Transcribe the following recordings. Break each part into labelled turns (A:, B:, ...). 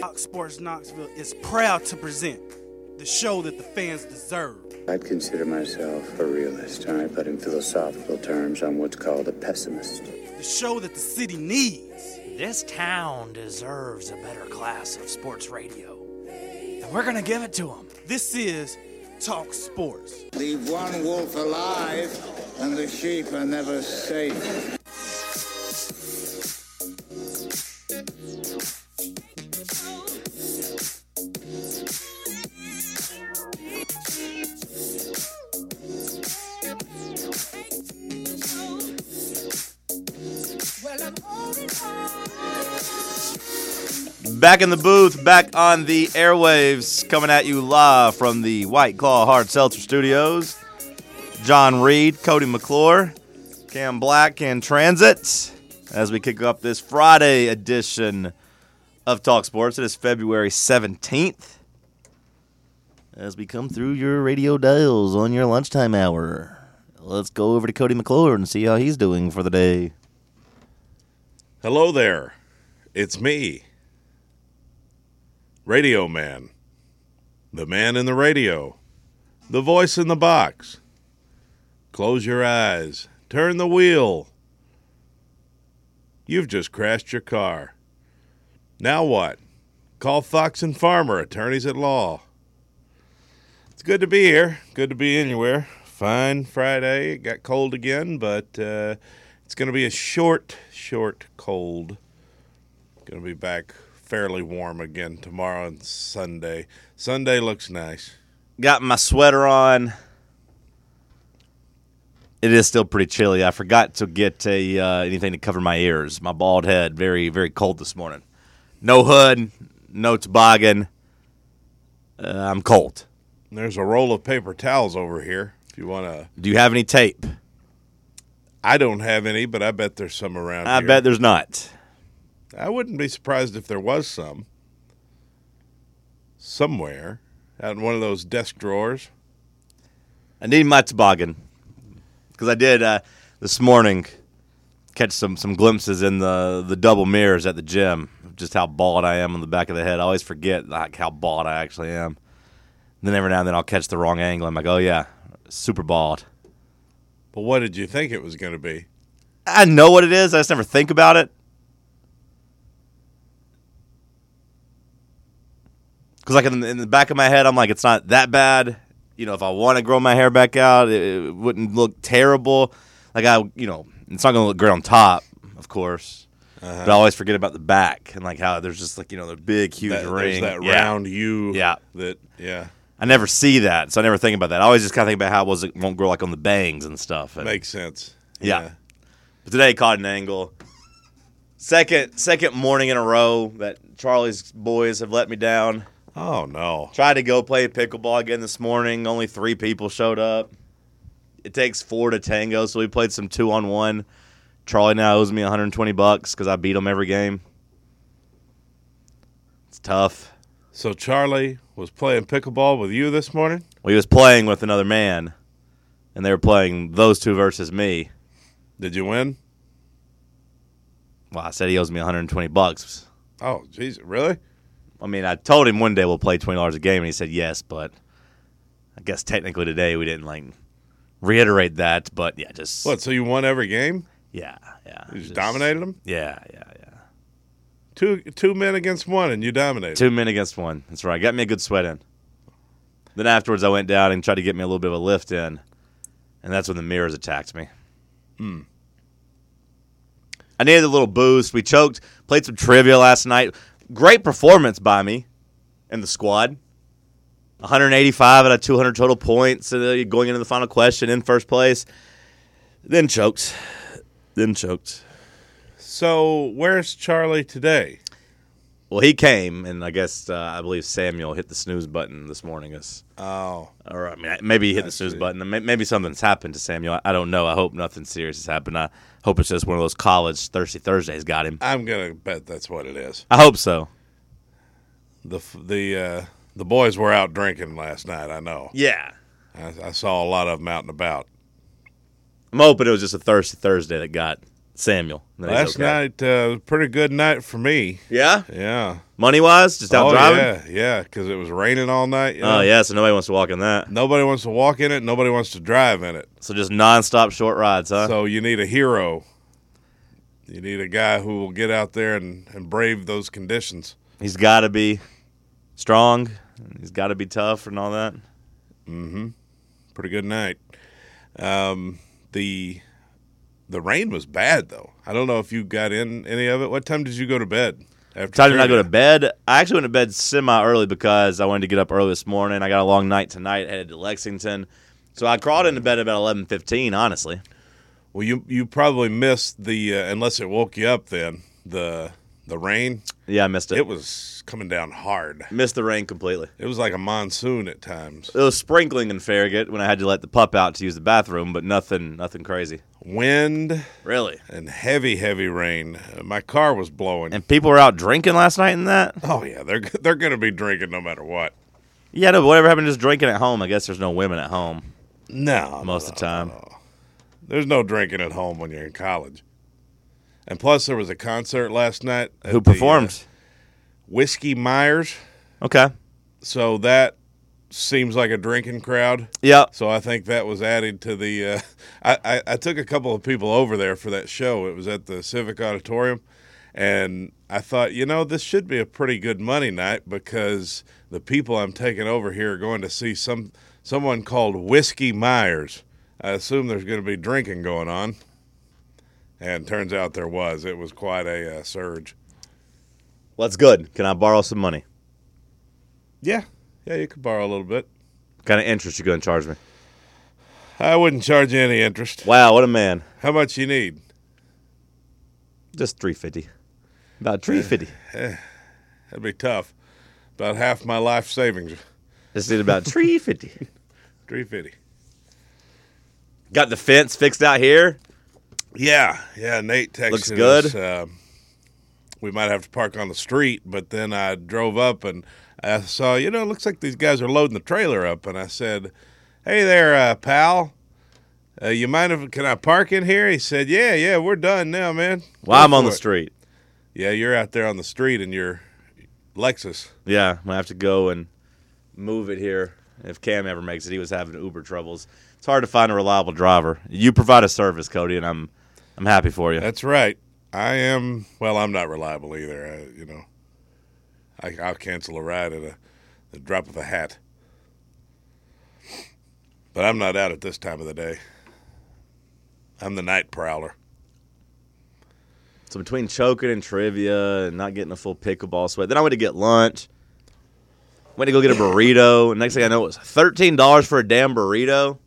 A: Fox Sports Knoxville is proud to present the show that the fans deserve.
B: I'd consider myself a realist, all right, but in philosophical terms, I'm what's called a pessimist.
A: The show that the city needs.
C: This town deserves a better class of sports radio. And we're going to give it to them.
A: This is Talk Sports.
D: Leave one wolf alive, and the sheep are never safe.
E: Back in the booth, back on the airwaves, coming at you live from the White Claw Hard Seltzer Studios. John Reed, Cody McClure, Cam Black, and Transit. As we kick up this Friday edition of Talk Sports, it is February 17th. As we come through your radio dials on your lunchtime hour, let's go over to Cody McClure and see how he's doing for the day.
F: Hello there. It's me, Radio Man, the man in the radio, the voice in the box. Close your eyes, turn the wheel. You've just crashed your car. Now what? Call Fox and Farmer, attorneys at law. It's good to be here. Good to be anywhere. Fine Friday. It got cold again, but uh, it's going to be a short, short cold. Going to be back fairly warm again tomorrow and Sunday. Sunday looks nice.
E: got my sweater on. It is still pretty chilly. I forgot to get a uh, anything to cover my ears. My bald head very very cold this morning. No hood, no toboggan. Uh, I'm cold.
F: There's a roll of paper towels over here if you want to.
E: Do you have any tape?
F: I don't have any, but I bet there's some around
E: I
F: here.
E: bet there's not.
F: I wouldn't be surprised if there was some somewhere out in one of those desk drawers.
E: I need my toboggan because I did uh, this morning catch some some glimpses in the the double mirrors at the gym of just how bald I am on the back of the head. I always forget like how bald I actually am. then every now and then I'll catch the wrong angle. I'm like, oh yeah, super bald.
F: But what did you think it was going to be?
E: I know what it is. I just never think about it. Because like in the, in the back of my head, I'm like, it's not that bad. You know, if I want to grow my hair back out, it, it wouldn't look terrible. Like I, you know, it's not gonna look great on top, of course.
F: Uh-huh.
E: But I always forget about the back and like how there's just like you know the big huge
F: That, there's
E: ring.
F: that
E: Yeah.
F: round U.
E: Yeah.
F: That yeah
E: I never see that, so I never think about that. I always just kind of think about how it was it won't grow like on the bangs and stuff. And-
F: makes sense.
E: yeah. But today caught an angle. Second second morning in a row that Charlie's boys have let me down.
F: Oh no.
E: Tried to go play pickleball again this morning. Only three people showed up. It takes four to tango, so we played some two on one. Charlie now owes me 120 bucks because I beat him every game. It's tough.
F: So Charlie was playing pickleball with you this morning.
E: We was playing with another man, and they were playing those two versus me.
F: Did you win?
E: Well, I said he owes me 120 bucks.
F: Oh, jeez, really?
E: I mean, I told him one day we'll play twenty dollars a game, and he said yes. But I guess technically today we didn't like reiterate that. But yeah, just
F: What? So you won every game?
E: yeah, yeah,
F: You just, dominated them.
E: Yeah, yeah, yeah.
F: Two two men against one, and you dominated.
E: Two men against one. That's right. Got me a good sweat in. Then afterwards, I went down and tried to get me a little bit of a lift in, and that's when the mirrors attacked me. I needed a little boost. We choked. Played some trivia last night. Great performance by me and the squad. 185 out of 200 total points uh, going into the final question in first place. Then choked. Then choked.
F: So where's Charlie today?
E: Well, he came, and I guess uh, I believe Samuel hit the snooze button this morning. Is
F: Oh,
E: Or I mean, maybe he hit the snooze
F: see.
E: button. May- Maybe something's happened to Samuel. I- I don't know. I hope nothing serious has happened. I hope it's just one of those college thirsty Thursdays got him.
F: I'm gonna bet that's what it is.
E: I hope so.
F: The f- the uh, the boys were out drinking last night. I know.
E: Yeah,
F: I, I saw a lot of them out and about.
E: I'm hoping it was just a thirsty Thursday that got Samuel. Then he's
F: Last
E: okay.
F: night, uh, was a pretty good night for me.
E: Yeah,
F: Yeah.
E: money wise, just out
F: oh,
E: driving.
F: yeah, yeah, because it was raining all night. you
E: Oh
F: know?
E: yeah, so nobody wants to walk in that.
F: Nobody wants to walk in it. Nobody wants to drive in it.
E: So just nonstop short rides, huh?
F: So you need a hero. You need a guy who will get out there and, and brave those conditions.
E: he's got to be strong. He's got to be tough and all that.
F: Pretty good night. Um, the the rain was bad though. I don't know if you got in any of it. What time did you go to bed? After
E: Time to not go to
F: trivia?
E: bed. I actually went to bed semi early because I wanted to get up early this morning. I got a long night tonight, headed to Lexington. So I crawled into bed about eleven fifteen. Honestly,
F: Well, you you probably missed the uh, unless it woke you up. Then the the rain.
E: yeah, I missed it.
F: It was coming down hard.
E: missed the rain completely.
F: It was like a monsoon at times.
E: It was sprinkling in Farragut when I had to let the pup out to use the bathroom, but nothing, nothing crazy.
F: Wind
E: Really.
F: and heavy, heavy rain. Uh, My car was blowing.
E: And people were out drinking last night and that.
F: oh yeah, they're they're gonna be drinking no matter what.
E: Yeah, no, but whatever happened to just drinking at home. I guess there's no women at home
F: No,
E: most of the time.
F: There's no drinking at home when you're in college. And plus, there was a concert last night. at
E: Who
F: the, uh,
E: performed?
F: Whiskey Myers.
E: Okay.
F: So that seems like a drinking crowd.
E: Yeah.
F: So I think that was added to the. Uh, I, I I took a couple of people over there for that show. It was at the Civic Auditorium, and I thought, you know, this should be a pretty good money night because the people I'm taking over here are going to see some someone called Whiskey Myers. I assume there's going to be drinking going on, and turns out there was. It was quite a uh, surge.
E: Well, that's good. Can I borrow some money?
F: Yeah, yeah, you could borrow a little bit.
E: What kind of interest you going to charge me?
F: I wouldn't charge you any interest.
E: Wow, what a man.
F: How much you need?
E: Just 350. About 350.
F: That'd be tough. About half my life savings.
E: Just did about 350.
F: Three fifty.
E: Got the fence fixed out here.
F: Yeah, yeah. Nate texted
E: Looks good.
F: us. Uh, we might have to park on the street, but then I drove up and I saw. You know, it looks like these guys are loading the trailer up, and I said, "Hey there, uh, pal. Uh, you mind if can I park in here?" He said, "Yeah, yeah. We're done now, man."
E: While
F: Go
E: I'm on
F: for
E: the
F: it."
E: street.
F: Yeah, you're out there on the street in your Lexus.
E: Yeah, I'm going to have to go and move it here. If Cam ever makes it, he was having Uber troubles. It's hard to find a reliable driver. You provide a service, Cody, and I'm I'm happy for you.
F: That's right. I am. Well, I'm not reliable either. I, you know, I, I'll cancel a ride at a the drop of a hat. But I'm not out at this time of the day. I'm the night prowler.
E: So between choking and trivia and not getting a full pickleball sweat, then I went to get lunch. Went to go get a burrito. And next thing I know, it was thirteen dollars for a damn burrito.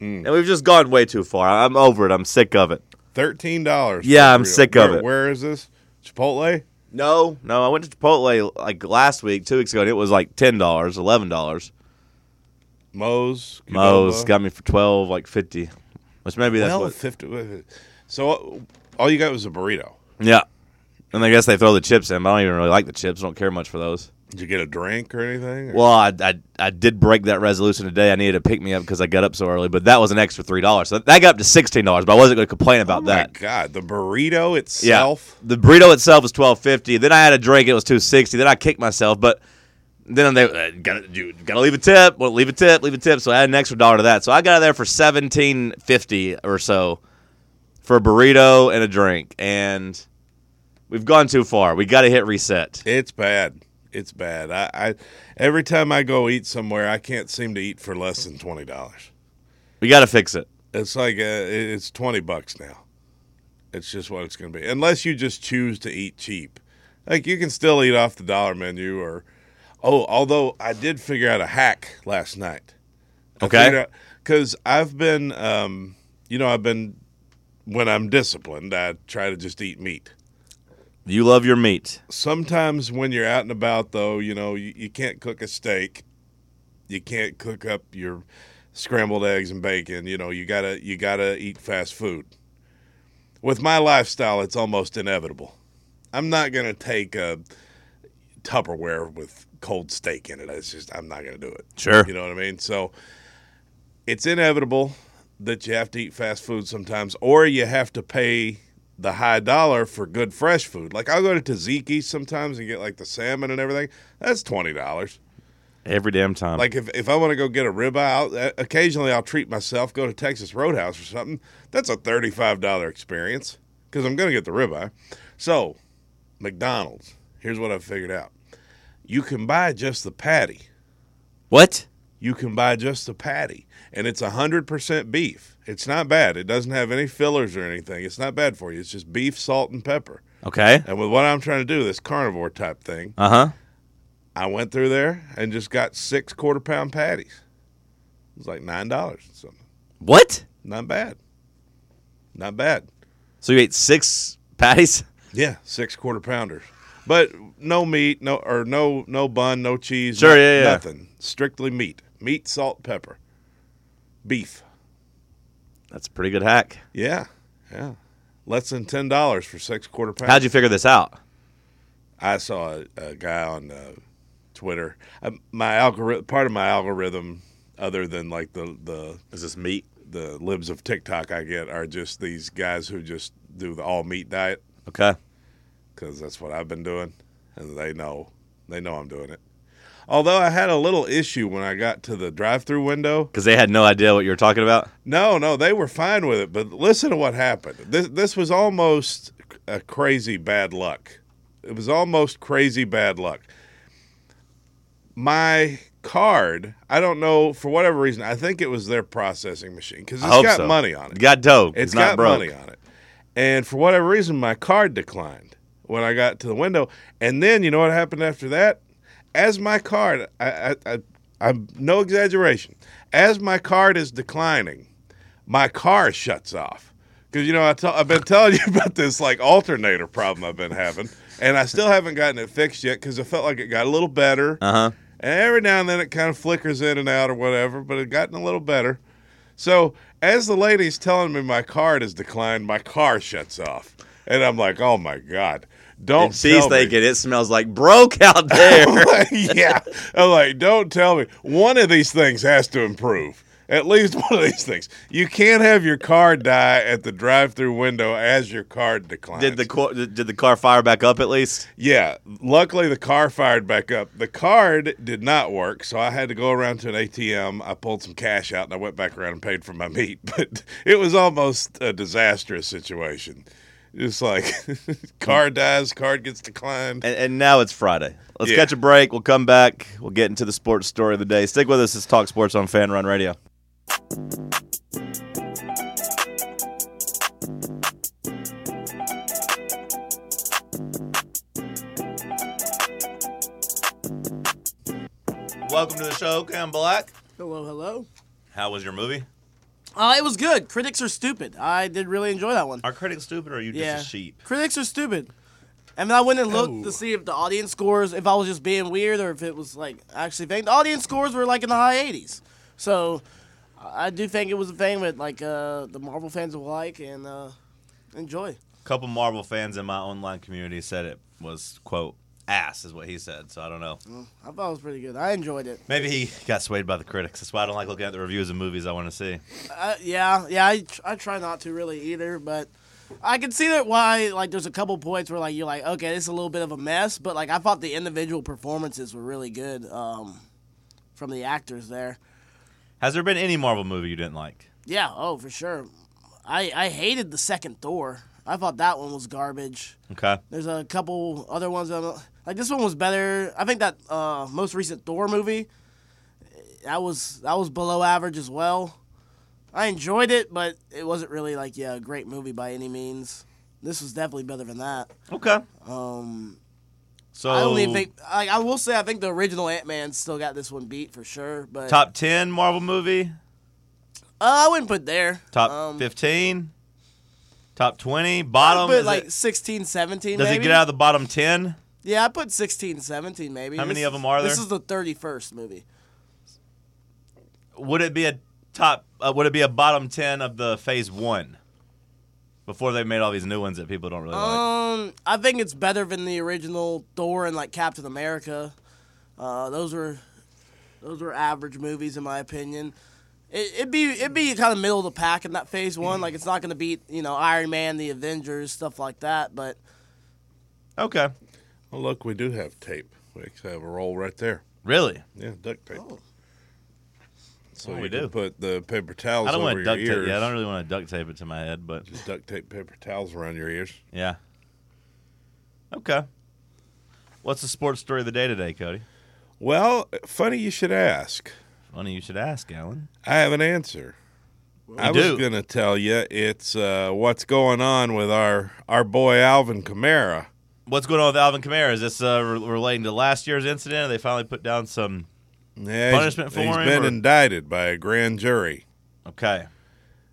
F: Mm.
E: And we've just gone way too far. I'm over it. I'm sick of it.
F: Thirteen dollars.
E: Yeah, I'm sick of it.
F: Where is this? Chipotle.
E: No, no. I went to Chipotle like last week, two weeks ago, and it was like ten dollars, eleven dollars.
F: Moe's.
E: Mo's
F: Qdoba?
E: got me for twelve, like fifty. Which maybe that's
F: well,
E: what,
F: fifty. So all you got was a burrito.
E: yeah. And I guess they throw the chips in. But I don't even really like the chips. I don't care much for those.
F: Did you get a drink or anything? or-
E: Well, I, I I did break that resolution today. I needed to pick me up because I got up so early, but that was an extra three dollars. So that got up to sixteen dollars. But I wasn't going to complain about
F: oh
E: that.
F: My God, the burrito itself.
E: The burrito itself was twelve fifty. Then I had a drink. It was two sixty. Then I kicked myself, but then they uh, gotta you gotta leave a tip. Well, leave a tip. Leave a tip. So I had an extra dollar to that. So I got out there for seventeen fifty or so for a burrito and a drink. And we've gone too far. We got to hit reset.
F: It's bad. It's bad. I, I every time I go eat somewhere, I can't seem to eat for less than twenty dollars.
E: We got to fix it.
F: It's like uh it- it's twenty bucks now. It's just what it's going to be, unless you just choose to eat cheap. Like you can still eat off the dollar menu, or oh, although I did figure out a hack last night.
E: Okay.
F: Because I've been, um, you know, I've been when I'm disciplined, I try to just eat meat.
E: You love your meat.
F: sometimes when you're out and about though you know you, you can't cook a steak you can't cook up your scrambled eggs and bacon you know you gotta you gotta eat fast food with my lifestyle it's almost inevitable i'm not gonna take a tupperware with cold steak in it it's just i'm not gonna do it
E: Sure.
F: you know what i mean so it's inevitable that you have to eat fast food sometimes or you have to pay the high dollar for good fresh food. Like I'll go to Tzatziki sometimes and get like the salmon and everything. That's twenty dollars.
E: Every damn time.
F: Like if, if I want to go get a ribeye, I'll, uh, occasionally I'll treat myself, go to Texas Roadhouse or something. That's a thirty-five dollar experience because I'm gonna get the ribeye. So, McDonald's. Here's what I've figured out: you can buy just the patty.
E: what?
F: You can buy just the patty, and it's hundred percent beef. It's not bad. It doesn't have any fillers or anything. It's not bad for you. It's just beef, salt, and pepper.
E: Okay.
F: And with what I'm trying to do, this carnivore type thing,
E: Uh huh.
F: I went through there and just got six quarter pound patties. It was like nine dollars or something.
E: What?
F: Not bad. Not bad.
E: So you ate six patties?
F: Yeah, six quarter pounders. But no meat, no or no no bun, no cheese,
E: Sure,
F: no-
E: yeah, yeah.
F: nothing. Strictly meat. Meat, salt, pepper. Beef.
E: That's a pretty good hack.
F: Yeah. Yeah. Less than ten dollars for six quarter pounds.
E: How'd you figure this out?
F: I saw a, a guy on uh, Twitter. Um my algorithm, part of my algorithm, other than like the the
E: Is this meat?
F: the libs of TikTok I get are just these guys who just do the all meat diet
E: Okay.
F: because that's what I've been doing, and they know they know I'm doing it. Although I had a little issue when I got to the drive-through window.
E: Because they had no idea what you were talking about.
F: No, no, they were fine with it. But listen to what happened. This this was almost a crazy bad luck. It was almost crazy bad luck. My card, I don't know for whatever reason. I think it was their processing machine because it's
E: I hope
F: got
E: so.
F: money on it.
E: It got dough. It's,
F: It's
E: not
F: got
E: broke.
F: money on it. And for whatever reason, my card declined when I got to the window. And then you know what happened after that? As my card, I, I, I, I'm no exaggeration. As my card is declining, my car shuts off. Because you know I tell, I've been telling you about this like alternator problem I've been having, and I still haven't gotten it fixed yet because I felt like it got a little better.
E: Uh huh.
F: And every now and then it kind of flickers in and out or whatever, but it gotten a little better. So as the lady's telling me my card is declined, my car shuts off. And I'm like, oh my God. Don't
E: And she's
F: tell me."
E: thinking it smells like broke out there.
F: yeah. I'm like, don't tell me. One of these things has to improve. At least one of these things. You can't have your car die at the drive through window as your card declines.
E: did the cor- did the car fire back up at least?
F: Yeah, luckily the car fired back up. The card did not work, so I had to go around to an ATM. I pulled some cash out and I went back around and paid for my meat. But it was almost a disastrous situation. Just like card dies, card gets declined.
E: And, and now it's Friday. Let's
F: Yeah.
E: catch a break. We'll come back. We'll get into the sports story of the day. Stick with us. It's Talk Sports on Fan Run Radio. Welcome to the show, Cam Black.
G: Hello, hello.
E: How was your movie?
G: Uh, it was good. Critics are stupid. I did really enjoy that one.
E: Are critics stupid or are you
G: yeah.
E: just a sheep?
G: Critics are stupid. And then I went and looked to see if the audience scores, if I was just being weird or if it was like actually fake. The audience scores were like in the high 80s. So I I do think it was a thing that like uh, the Marvel fans will like and uh, enjoy.
E: couple Marvel fans in my online community said it was quote ass is what he said. So I don't know.
G: I thought it was pretty good. I enjoyed it.
E: Maybe he got swayed by the critics. That's why I don't like looking at the reviews of movies I want to see.
G: Uh, yeah, yeah. I, tr- I try not to really either, but I can see that why. Like, there's a couple points where like you're like, okay, this is a little bit of a mess, but like I thought the individual performances were really good um, from the actors there.
E: Has there been any Marvel movie you didn't like?
G: Yeah. Oh, for sure. I I hated the second Thor. I thought that one was garbage.
E: Okay.
G: There's a couple other ones that I'm- like this one was better. I think that uh, most recent Thor movie that was that was below average as well. I enjoyed it, but it wasn't really like yeah, a great movie by any means. This was definitely better than that.
E: Okay. Um. So
G: I don't even think. I, I will say I think the original Ant Man still got this one beat for sure. But
E: top ten Marvel movie,
G: uh, I wouldn't put there.
E: top
G: um,
E: fifteen, top twenty,
G: I'd
E: bottom.
G: put
E: is
G: like
E: it-
G: sixteen, seventeen. 16, 17
E: does
G: maybe.
E: it get out of the bottom ten?
G: Yeah, I put 16, 17 maybe.
E: How many
G: This-
E: of 'em are
G: This
E: there?
G: is the 31st movie.
E: Would it be a top? Uh, would it be a bottom ten of the phase one? Before they made all these new ones that people don't really like.
G: Um, I think it's better than the original Thor and like Captain America. Uh, those were those were average movies in my opinion. it, it'd be it'd be kind of middle of the pack in that phase one. Like it's not gonna beat you know Iron Man, the Avengers, stuff like that. But
E: Okay.
F: Oh, look, we do have tape. We actually have a roll right there.
E: Really?
F: Yeah, duct tape. So
E: Oh,
F: you
E: we
F: can
E: do.
F: put the paper towels
E: I don't
F: over
E: want to
F: your
E: duct tape.
F: ears.
E: Yeah, I don't really want to duct tape it to my head, but
F: Just duct tape paper towels around your ears.
E: yeah. Okay. What's the sports story of the day today, Cody?
F: Well, funny you should ask.
E: Funny you should ask, Alan.
F: I have an answer. I
E: You
F: was
E: do.
F: going to tell you it's uh, what's going on with our our boy Alvin Kamara.
E: What's going on with Alvin Kamara? Is this uh, re- relating to last year's incident? Or they finally put down some.
F: Yeah,
E: Punishment for
F: he's
E: him,
F: been
E: or-
F: indicted by a grand jury
E: Okay.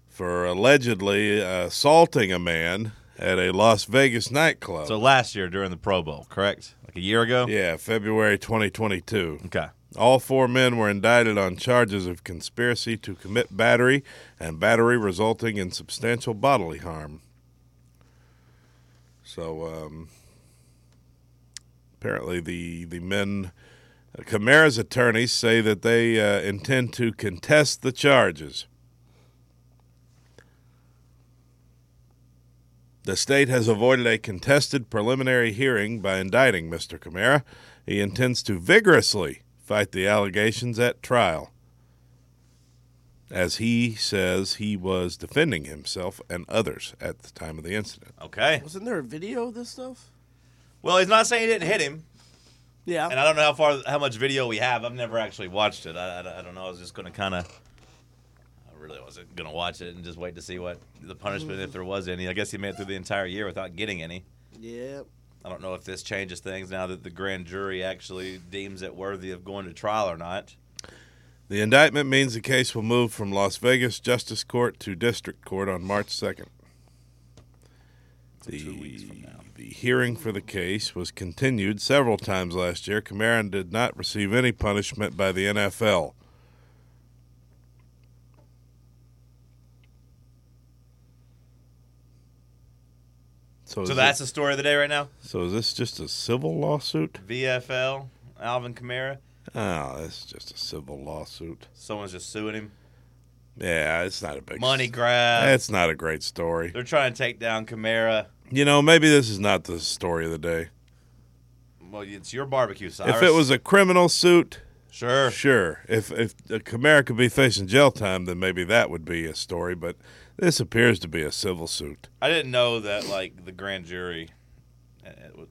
F: for allegedly assaulting a man at a Las Vegas nightclub.
E: So last year during the Pro Bowl, correct? Like a year ago?
F: yeah, February 2022.
E: Okay.
F: All four men were indicted on charges of conspiracy to commit battery and battery resulting in substantial bodily harm. So, um, apparently, the, the men, Kamara's attorneys say that they uh, intend to contest the charges. The state has avoided a contested preliminary hearing by indicting Mr. Kamara. He intends to vigorously fight the allegations at trial, as he says he was defending himself and others at the time of the incident.
E: Okay.
G: wasn't there a video of this stuff?
E: Well, he's not saying he didn't hit him,
G: Yeah.
E: and I don't know how far, how much video we have. I've never actually watched it. I, I, I don't know. I was just gonna kind of, I really wasn't gonna watch it and just wait to see what the punishment, if there was any. I guess he made it through the entire year without getting any.
G: yeah.
E: I don't know if this changes things now that the grand jury actually deems it worthy of going to trial or not.
F: The indictment means the case will move from Las Vegas Justice Court to District Court on March 2nd. The, the hearing for the case was continued several times last year. Cameron did not receive any punishment by the NFL. So,
E: So
F: is
E: that's
F: it-
E: the story of the day right now.
F: so is this just a civil lawsuit?
E: VFL, Alvin Kamara.
F: Oh, this is just a civil lawsuit.
E: Someone's just suing him.
F: Yeah, it's not a big
E: Money
F: s-
E: grab.
F: That's not a great story.
E: They're trying to take down Kamara.
F: You know, maybe this is not the story of the day.
E: Well, it's your barbecue, Cyrus.
F: If it was a criminal suit,
E: sure.
F: sure. If if Kamara could be facing jail time, then maybe that would be a story. But this appears to be a civil suit.
E: I didn't know that like the grand jury uh, was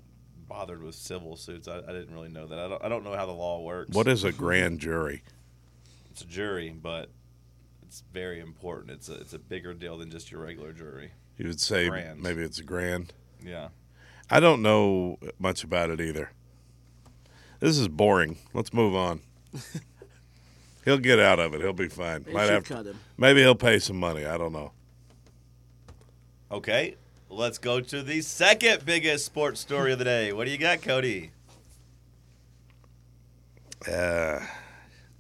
E: bothered with civil suits. I, I didn't really know that. I don't, I don't know how the law works.
F: What is a grand jury?
E: it's a jury, but it's very important. It's a it's a bigger deal than just your regular jury.
F: You would say
E: Grand.
F: maybe it's a grand.
E: Yeah.
F: I don't know much about it either. This is boring. Let's move on. he'll get out of it. He'll be fine.
G: They
F: Might
G: should
F: have to-
G: cut him.
F: Maybe he'll pay some money. I don't know.
E: Okay. Let's go to the second biggest sports story of the day. What do you got, Cody?
F: Uh,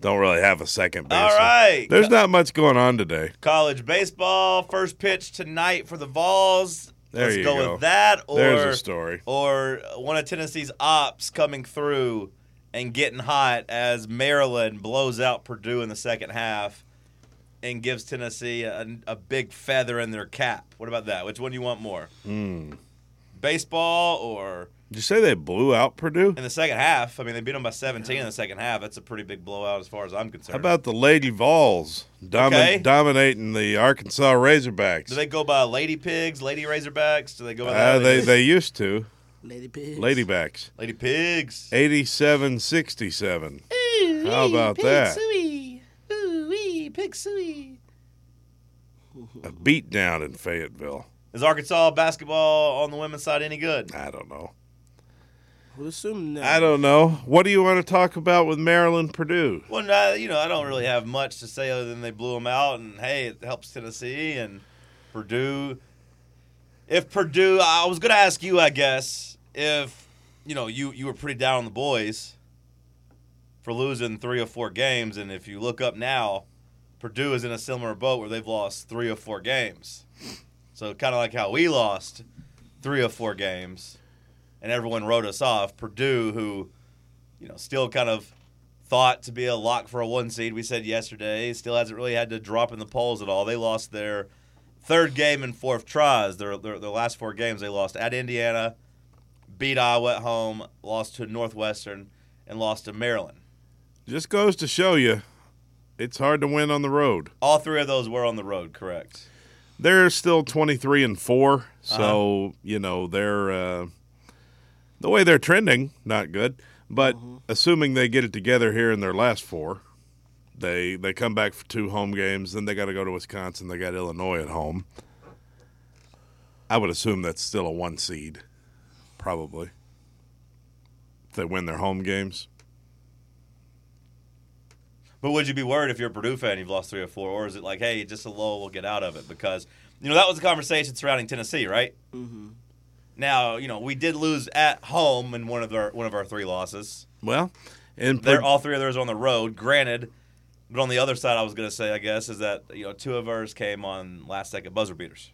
F: Don't really have a second base.
E: All right.
F: There's not much going on today.
E: College baseball first pitch tonight for the Vols.
F: There
E: Let's
F: you
E: go,
F: go.
E: with that. Or
F: There's a story.
E: Or one of Tennessee's ops coming through and getting hot as Maryland blows out Purdue in the second half and gives Tennessee a, a big feather in their cap. What about that? Which one do you want more?
F: Hmm.
E: Baseball or
F: Did you say they blew out Purdue?
E: in the second half? I mean, they beat them by 17 in the second half. That's a pretty big blowout as far as I'm concerned.
F: How about the Lady Vols domi-
E: Okay.
F: dominating the Arkansas Razorbacks?
E: Do they go by Lady Pigs, Lady Razorbacks? Do they go by that?
F: uh, they, they used to.
G: Lady Pig.
F: Ladybacks.
E: Lady Pigs.
F: 87 67. How about that? A beatdown in Fayetteville.
E: Is Arkansas basketball on the women's side any good?
F: I don't know.
G: Would assume no.
F: I don't know. What do you want to talk about with Maryland Purdue?
E: Well, no, you know, I don't really have much to say other than they blew them out, and hey, it helps Tennessee and Purdue. If Purdue, I was going to ask you, I guess, if you know you you were pretty down on the boys for losing three or four games, and if you look up now, Purdue is in a similar boat where they've lost three or four games. So kind of like how we lost three or four games, and everyone wrote us off. Purdue, who you know, still kind of thought to be a lock for a one seed. We said yesterday still hasn't really had to drop in the polls at all. They lost their third game in fourth tries. Their their, their last four games they lost at Indiana, beat Iowa at home, lost to Northwestern, and lost to Maryland.
F: Just goes to show you, it's hard to win on the road.
E: All three of those were on the road, correct?
F: They're still 23 and 4, so, you know, they're uh, the way they're trending, not good. But assuming they get it together here in their last four, they they come back for two home games, then they got to go to Wisconsin, they got Illinois at home. I would assume that's still a one seed, probably. If they win their home games.
E: But would you be worried if you're a Purdue fan you've lost three or four, or is it like, hey, just a lull, we'll get out of it? Because you know that was the conversation surrounding Tennessee, right? Mm-hmm. Now you know we did lose at home in one of our one of our three losses.
F: Well, and
E: They're all three of theirs on the road, granted. But on the other side, I was going to say, I guess, is that you know two of ours came on last second buzzer beaters.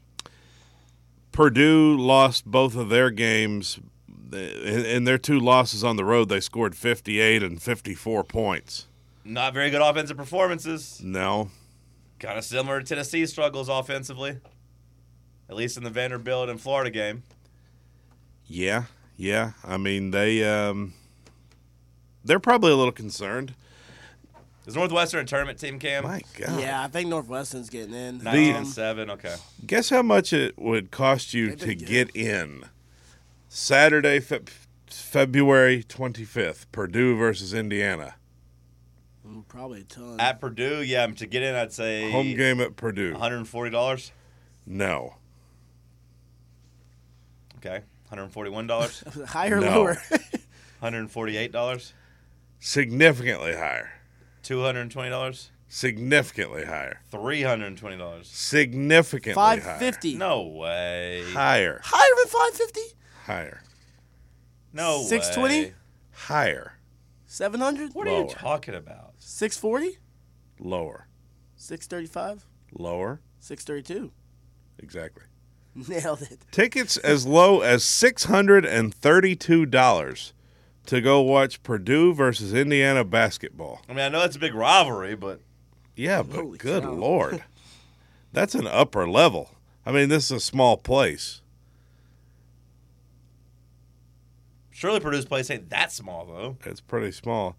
F: Purdue lost both of their games. In in their two losses on the road, they scored 58 and 54 points.
E: Not very good offensive performances.
F: No,
E: Kind of similar to Tennessee's struggles offensively, at least in the Vanderbilt and Florida game.
F: yeah, yeah. I mean, they um, they're probably a little concerned.
E: Is Northwestern a tournament team, Cam?
F: My God,
G: Yeah, I think Northwestern's getting in.
E: Nineteen and
G: Um,
E: seven. Okay.
F: guess how much it would cost you to get in Saturday, Fe- February 25th, Purdue versus Indiana.
G: probably a ton.
E: At Purdue, yeah, um, to get in, I'd say
F: Home game at Purdue.
E: one hundred and forty dollars.
F: No,
E: Okay, one hundred and forty-one dollars, one
G: Higher,
F: No.
G: lower.
E: hundred and forty-eight dollars,
F: significantly higher.
E: two hundred and twenty dollars,
F: Significantly higher.
E: three hundred and twenty dollars.
F: Significantly
G: Five
F: higher.
G: fifty.
E: No way.
F: Higher.
G: Higher than five fifty?
F: Higher.
E: No way.
G: 620?
F: Higher.
G: Seven hundred?
E: What are you
F: Lower.
E: talking about?
G: Six forty?
F: Lower.
G: Six thirty five?
F: Lower.
G: Six thirty two.
F: Exactly.
G: Nailed it.
F: Tickets as low as $632 to go watch Purdue versus Indiana basketball.
E: I mean, I know that's a big rivalry, but
F: Yeah, but
G: Holy
F: good
G: cow.
F: lord. That's an upper level. I mean, this is a small place.
E: surely Purdue's place ain't that small though.
F: It's pretty small.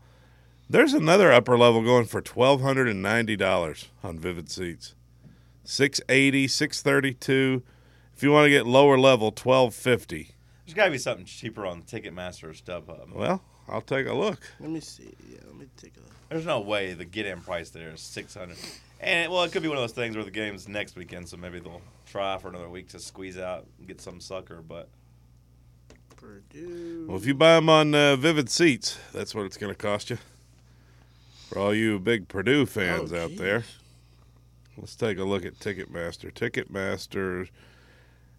F: There's another upper level going for twelve hundred and ninety dollars on Vivid Seats. 680, 632. If you want to get lower level, twelve fifty.
E: There's got to be something cheaper on Ticketmaster or StubHub.
F: Well, I'll take a look.
G: Let me see. Yeah, let me take a look.
E: There's no way the get-in price there is six hundred. And well, it could be one of those things where the game's next weekend, so maybe they'll try for another week to squeeze out and get some sucker. But
G: Purdue.
F: Well, if you buy them on uh, Vivid Seats, that's what it's going to cost you. For all you big Purdue fans
G: Oh,
F: out
G: geez.
F: there, let's take a look at Ticketmaster. Ticketmaster,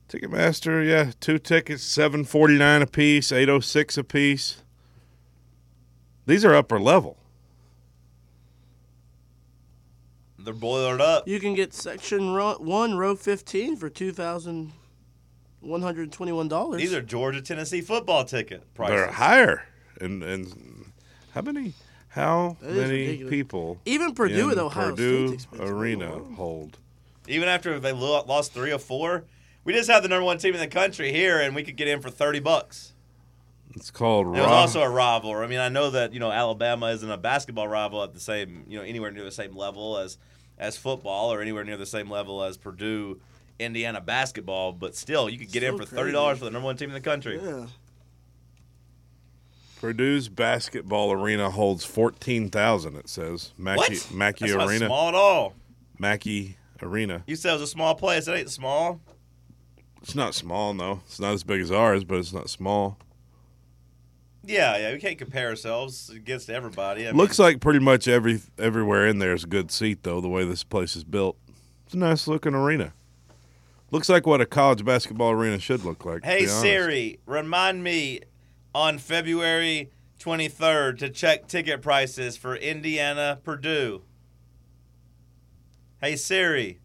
F: Ticketmaster, yeah, two tickets, seven forty nine a piece, eight oh six a piece. These are upper level.
E: they're boilered up.
G: You can get section ro- one, row fifteen for two thousand one hundred twenty one dollars.
E: These are Georgia Tennessee football ticket prices.
F: They're higher, and and how many? How
G: is
F: many
G: ridiculous.
F: people
G: even Purdue
F: in
G: at Ohio State's
F: Purdue
G: expensive.
F: Arena hold?
E: Even after they lo- lost three or four, we just had the number one team in the country here, and we could get in for thirty bucks.
F: It's called.
E: It was
F: Ro-
E: also a rival. I mean, I know that you know Alabama isn't a basketball rival at the same you know anywhere near the same level as as football or anywhere near the same level as Purdue, Indiana basketball. But still, you could get in
G: So
E: for
G: crazy.
E: thirty dollars for the number one team in the country.
G: Yeah.
F: Purdue's basketball arena holds 14,000, it says.
E: What?
F: Mackey, Mackey
E: That's not
F: Arena.
E: small at all.
F: Mackey Arena.
E: You said it was a small place. It ain't small.
F: It's not small, no. It's not as big as ours, but it's not small.
E: Yeah, yeah. We can't compare ourselves against everybody. I mean,
F: Looks like pretty much every everywhere in there is a good seat, though, the way this place is built. It's a nice looking arena. Looks like what a college basketball arena should look like. to be
E: Hey
F: honest.
E: Siri, remind me on February 23rd to check ticket prices for Indiana Purdue. Hey Siri.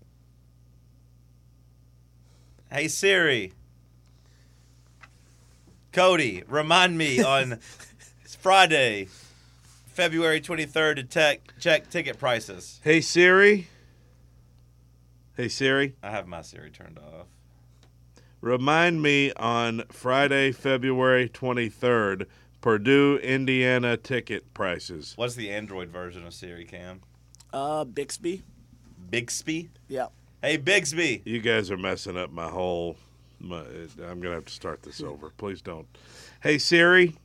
E: Hey Siri. Cody, remind me on Friday, February 23rd to tech, check ticket prices.
F: Hey Siri. Hey Siri,
E: I have my Siri turned off.
F: remind me on Friday, February 23rd, Purdue, Indiana ticket prices.
E: What's the Android version of Siri, Cam?
G: Uh, Bixby.
E: Bixby?
G: Yeah.
E: Hey, Bixby.
F: You guys are messing up my whole my, I'm going to have to start this over. Please don't. Hey Siri,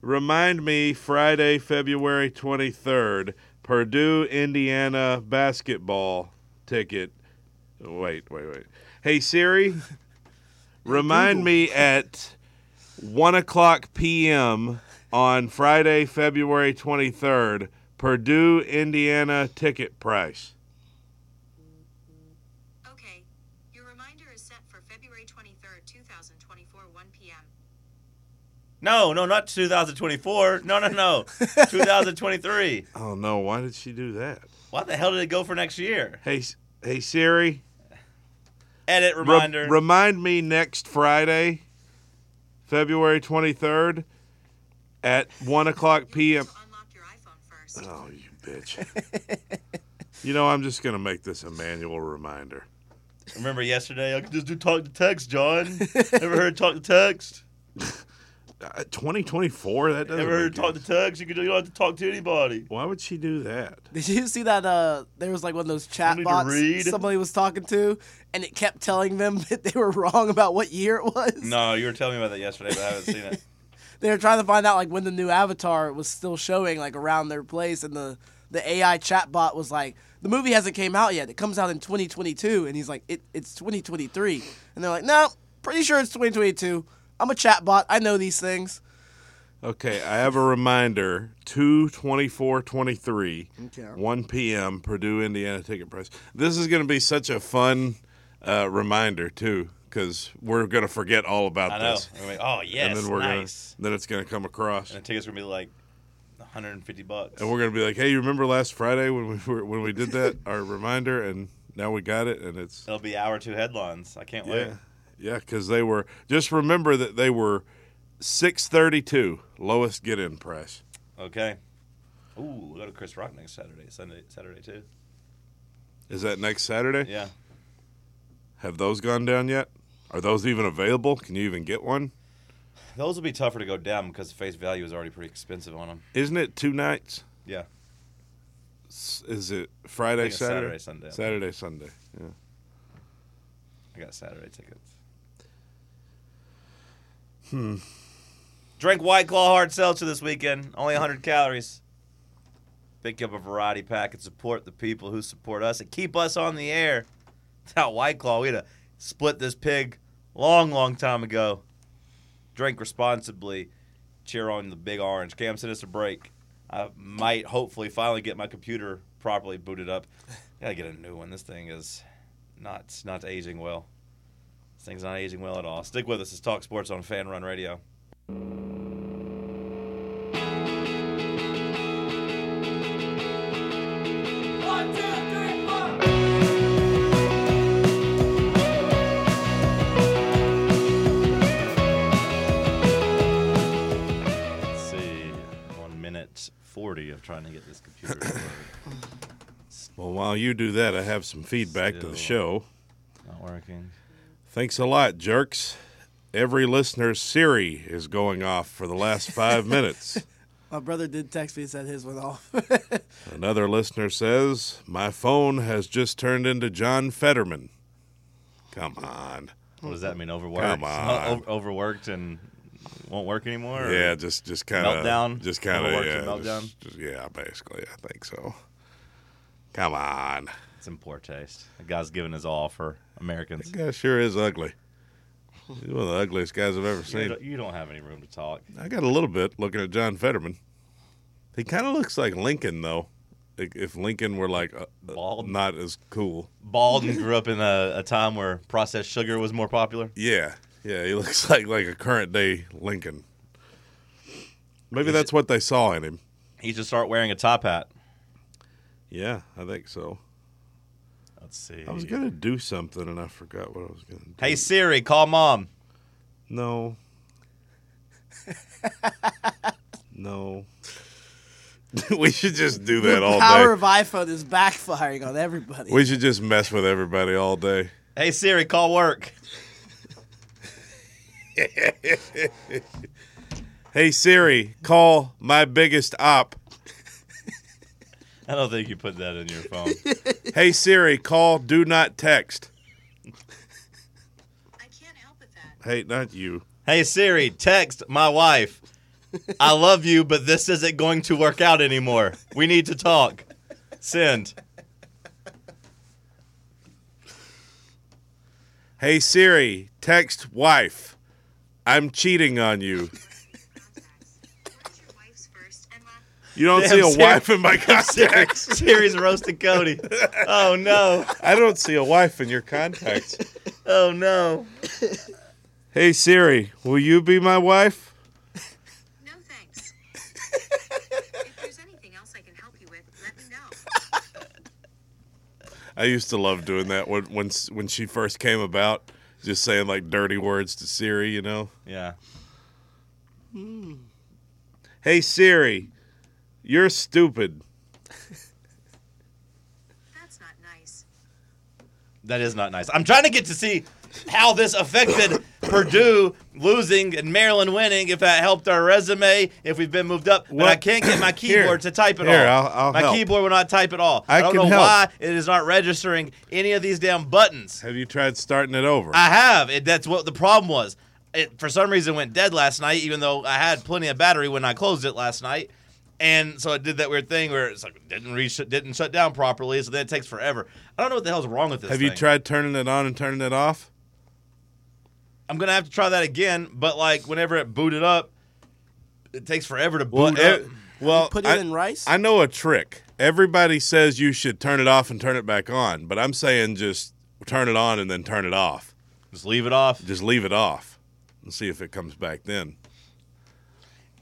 F: remind me Friday, February 23rd, Purdue, Indiana basketball ticket. Wait, wait, wait. Hey Siri, remind me at 1 o'clock p.m. on Friday, February 23rd, Purdue, Indiana ticket price.
H: Okay. Your reminder is set for February 23rd, 2024, 1 p.m.
E: No, no, not 2024. No, no, no. 2023.
F: Oh no, why did she do that?
E: Why the hell did it go for next year?
F: Hey, S- hey Siri,
E: Edit
F: re-
E: reminder.
F: remind me next Friday, February twenty third, at one o'clock
H: You
F: p.m.
H: need to unlock your iPhone first.
F: Oh, you bitch! you know I'm just gonna make this a manual reminder.
E: Remember yesterday? I could just do talk to text, John. Ever heard talk to text?
F: Uh, twenty twenty four. That doesn't.
E: Ever heard
F: make
E: talk to
F: any-
E: text? You, could, you don't have to talk to anybody.
F: Why would she do that?
G: Did you see that? Uh, there was like one of those chat
E: need to
G: bots
E: read.
G: somebody was talking to, and it kept telling them that they were wrong about what year it was.
E: No, you were telling me about that yesterday, but I haven't seen it.
G: They were trying to find out like when the new Avatar was still showing like around their place, and the the AI chat bot was like, "The movie hasn't came out yet. It comes out in 2022," and he's like, "It it's 2023," and they're like, "No, pretty sure it's 2022. I'm a chat bot. I know these things."
F: Okay, I have a reminder: two twenty four twenty three,
G: Okay.
F: one p.m. Purdue, Indiana ticket price. This is going to be such a fun uh, reminder too, because we're going to forget all about
E: I know.
F: this,
E: We're gonna be, oh yes,
F: and then we're
E: nice.
F: gonna then it's going to come across,
E: And the tickets are gonna be like 150 bucks.
F: and we're going to be like, "Hey, you remember last Friday when we were, when we did that? our reminder, and now we got it, and it's
E: It'll be hour two headlines. I can't wait.
F: yeah, yeah, because they were just remember that they were six thirty two lowest get in price.
E: Okay. Ooh, we go to Chris Rock next Saturday, Sunday, Saturday too.
F: Is that next Saturday?
E: Yeah.
F: Have those gone down yet? Are those even available? Can you even get one?
E: Those will be tougher to go down because the face value is already pretty expensive on them.
F: Isn't it two nights?
E: Yeah.
F: S- Is it
E: I
F: Friday,
E: think it's
F: Saturday?
E: Saturday, Sunday.
F: Saturday, Sunday. Yeah.
E: I got Saturday tickets. Hmm. Drink White Claw hard seltzer this weekend. Only 100 calories. Pick up a variety pack and support the people who support us and keep us on the air. Without White Claw, we'd have split this pig long, long time ago. Drink responsibly. Cheer on the Big Orange. Cam, send us a break. I might hopefully finally get my computer properly booted up. Gotta get a new one. This thing is not not aging well. This thing's not aging well at all. Stick with us. It's Talk Sports on Fan Run Radio. Let's see, on minute 40 of trying to get this computer to work.
F: Well, while you do that, I have some feedback to the show.
E: Still. not working.
F: Thanks a lot, jerks. Every listener's Siri is going off for the last five minutes.
G: My brother did text me and said his went off.
F: Another listener says, My phone has just turned into John Fetterman. Come on.
E: What does that mean? Overworked?
F: Come
E: O-
F: on.
E: o- overworked and won't work anymore? or-
F: Yeah, just just kind of
E: Meltdown?
F: Just kind of
E: Overworked
F: yeah,
E: and meltdown?
F: just- just- yeah, basically, I think so. Come on,
E: It's in poor taste. The guy's giving his all for Americans.
F: that guy sure is ugly. He's one of the ugliest guys I've ever
E: You
F: seen.
E: don't, you don't have any room to talk.
F: I got a little bit looking at John Fetterman. He kind of looks like Lincoln, though. Like, If Lincoln were like uh, uh,
E: Bald?
F: not as cool.
E: Baldwin grew up in a, a time where processed sugar was more popular.
F: Yeah, yeah, he looks like like a current day Lincoln. Maybe that's what they saw in him.
E: He should start wearing a top hat.
F: Yeah, I think so.
E: Let's see.
F: I was gonna do something and I forgot what I was gonna do.
E: Hey Siri, call mom.
F: No. no. we should just do that
G: the
F: all
G: power
F: day.
G: of iPhone is backfiring on everybody.
F: We should just mess with everybody all day.
E: Hey Siri, call work.
F: Hey Siri, call my biggest op.
E: I don't think you put that in your phone.
F: Hey Siri, call do not text.
H: I can't help with that.
F: Hey, not you.
E: hey Siri, text my wife. I love you, but this isn't going to work out anymore. We need to talk. Send.
F: Hey Siri, text wife. I'm cheating on you.
H: What is your wife's first and last?
F: You don't
E: Damn,
F: see a
E: Siri.
F: wife in my contacts.
E: Siri's roasting Cody. Oh no.
F: I don't see a wife in your contacts.
E: Oh no.
F: Hey Siri, will you be my wife?
H: No thanks. if there's anything else I can help you with, let me know.
F: I used to love doing that when when when she first came about, just saying like dirty words to Siri, you know.
E: Yeah.
F: Hey Siri, you're stupid.
H: That's not nice.
E: That is not nice. I'm trying to get to see how this affected Purdue losing and Maryland winning. If that helped our resume, if we've been moved up, but
F: Well,
E: I can't get my
F: here.
E: keyboard to type it
F: Here,
E: all.
F: I'll- I'll
E: my
F: help.
E: keyboard will not type at all.
F: I
E: don't
F: can
E: know
F: help.
E: why it is not registering any of these damn buttons.
F: Have you tried starting it over?
E: I have. It, that's what the problem was. It for some reason went dead last night, even though I had plenty of battery when I closed it last night. And so it did that weird thing where it's like didn't re- didn't shut down properly, so then it takes forever. I don't know what the hell's wrong with this.
F: Have you
E: thing.
F: tried turning it on and turning it off?
E: I'm gonna have to try that again. But like whenever it booted up, it takes forever to boot up.
F: eh, well,
G: put it
F: I,
G: in rice?
F: I know a trick. Everybody says you should turn it off and turn it back on, but I'm saying just turn it on and then turn it off.
E: Just leave it off.
F: Just leave it off and see if it comes back then.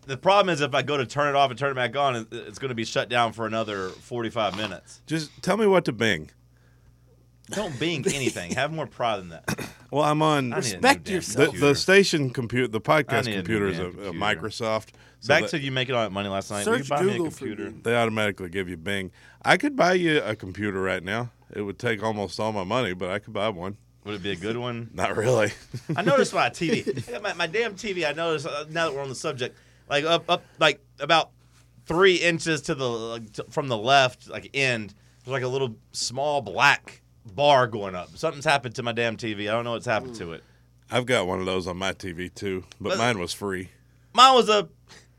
E: The problem is if I go to turn it off and turn it back on, it- it's gonna be shut down for another 45 minutes.
F: Just tell me what to bing.
E: Don't Bing anything. Have more pride than that.
F: Well, I'm on
E: I need a new
G: Respect
E: damn
G: yourself.
F: the,
E: computer.
F: the station computer, the podcast
E: I need a new
F: computer is a,
E: damn
F: a
E: computer.
F: Microsoft. so
E: Back
F: that-
E: to you making all that money last night. Will you
G: Search
E: buy me
G: Google
E: a
G: for
E: computer?
G: Bing.
F: they automatically give you Bing. I could buy you a computer right now. It would take almost all my money, but I could buy one.
E: Would it be a good one?
F: Not really.
E: I noticed my TV. I got my, my damn TV. I noticed uh, now that we're on the subject, like up up like about three inches to the like, t- from the left like end, there's like a little small black bar going up. Something's happened to my damn TV. I don't know what's happened to it.
F: I've got one of those on my TV too, but
E: But-
F: mine was free.
E: Mine was a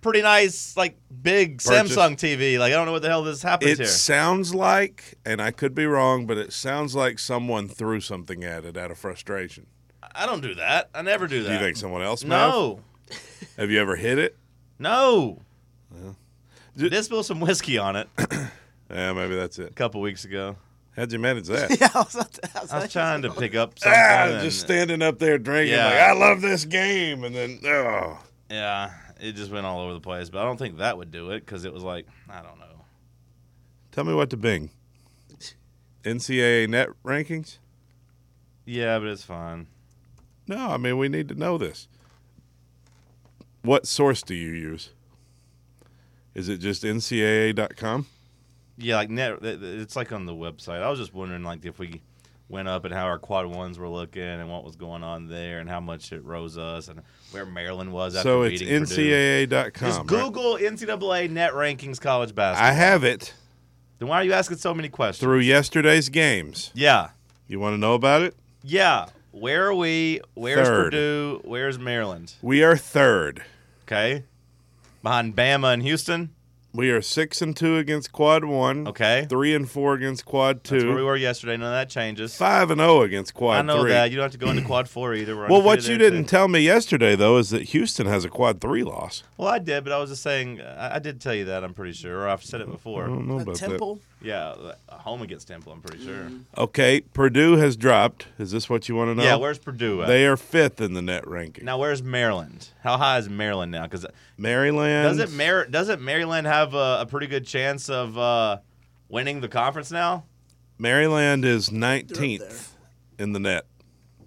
E: pretty nice like big
F: Purchase.
E: Samsung TV. Like I don't know what the hell this happened
F: It
E: here.
F: sounds like, and I could be wrong, but it sounds like someone threw something at it out of frustration.
E: I don't do that. I never do that.
F: Do you think someone else? may have?
E: No,
F: Have you ever hit it?
E: no. Did this spill some whiskey on it a
F: Yeah, maybe that's it.
E: couple weeks ago?
F: How'd you manage that?
G: yeah, I was, about to- I was
E: I
G: like-
E: was trying to pick up something.
F: ah,
E: and-
F: just standing up there drinking.
E: Yeah.
F: Like I love this game, and then oh,
E: Yeah, it just went all over the place, but I don't think that would do it because it was like I don't know.
F: tell me what to Bing. NCAA net rankings?
E: Yeah, but it's fine.
F: No, I mean we need to know this. What source do you use? Is it just NCAA.com?
E: Yeah, like net, th- th- it's like on the website. I was just wondering like if we went up and how our quad ones were looking and what was going on there and how much it rose us and where Maryland was after
F: So it's
E: beating Purdue.
F: NCAA.com.
E: Just
F: right?
E: Google NCAA net rankings college basketball.
F: I have it
E: then why are you asking so many questions?
F: through yesterday's games.
E: Yeah,
F: You want to know about it?
E: yeah. Where are we? Where's
F: Third.
E: Purdue? Where's Maryland?
F: We are third.
E: Okay, behind Bama and Houston.
F: We are six and two against quad one.
E: Okay.
F: Three and four against quad
E: That's where we
F: two.
E: were yesterday. None of that changes.
F: Five and zero against quad
E: I know
F: three.
E: that. You don't have to go into quad four either. We're
F: well, what
E: undefeated
F: you
E: there,
F: didn't
E: too.
F: tell me yesterday though is that Houston has a quad three loss.
E: well, I did, but I was just saying. I, I did tell you that. I'm pretty sure. Or I've said it before.
F: I don't know
G: A
F: about
G: temple.
E: Yeah, a home against Temple. I'm pretty sure.
F: that. Okay, Purdue has dropped. Is this what you want to know?
E: Yeah. Where's Purdue at?
F: they are fifth in the net ranking.
E: now where's Maryland? How high is Maryland now? Because
F: Maryland
E: doesn't Mar- doesn't Maryland have a, a pretty good chance of uh, winning the conference now?
F: Maryland is nineteenth in the net.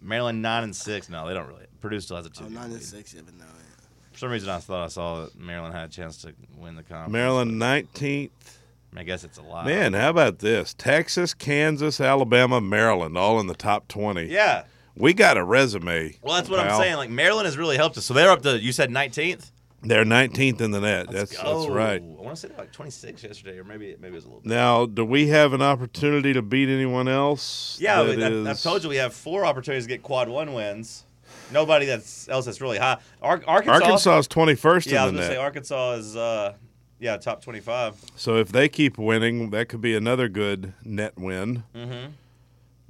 E: Maryland nine and six. No, they don't really. Purdue still has a two.
G: Oh, nine and six, yeah, but no. yeah.
E: some reason, I thought I saw that Maryland had a chance to win the conference.
F: Maryland 19th.
E: I, mean, I guess it's a lot.
F: Man, how about this? Texas, Kansas, Alabama, Maryland, all in the top 20.
E: Yeah.
F: We got a resume.
E: Well, that's what
F: pal.
E: I'm saying. Like Maryland has really helped us. So they're up to you said 19th.
F: They're 19th in the net. That's that's
E: Oh, I
F: right.
E: want to say they're like 26 yesterday, or maybe maybe it was a little. bit.
F: Now, do we have an opportunity to beat anyone else?
E: Yeah,
F: that
E: but I, I've
F: is-
E: told you we have four opportunities to get quad one wins. Nobody that's else that's really high. Ar- Arkansas.
F: Arkansas is 21st
E: Yeah, I was
F: in the
E: gonna
F: net.
E: say Arkansas is uh, yeah top 25.
F: So if they keep winning, that could be another good net win.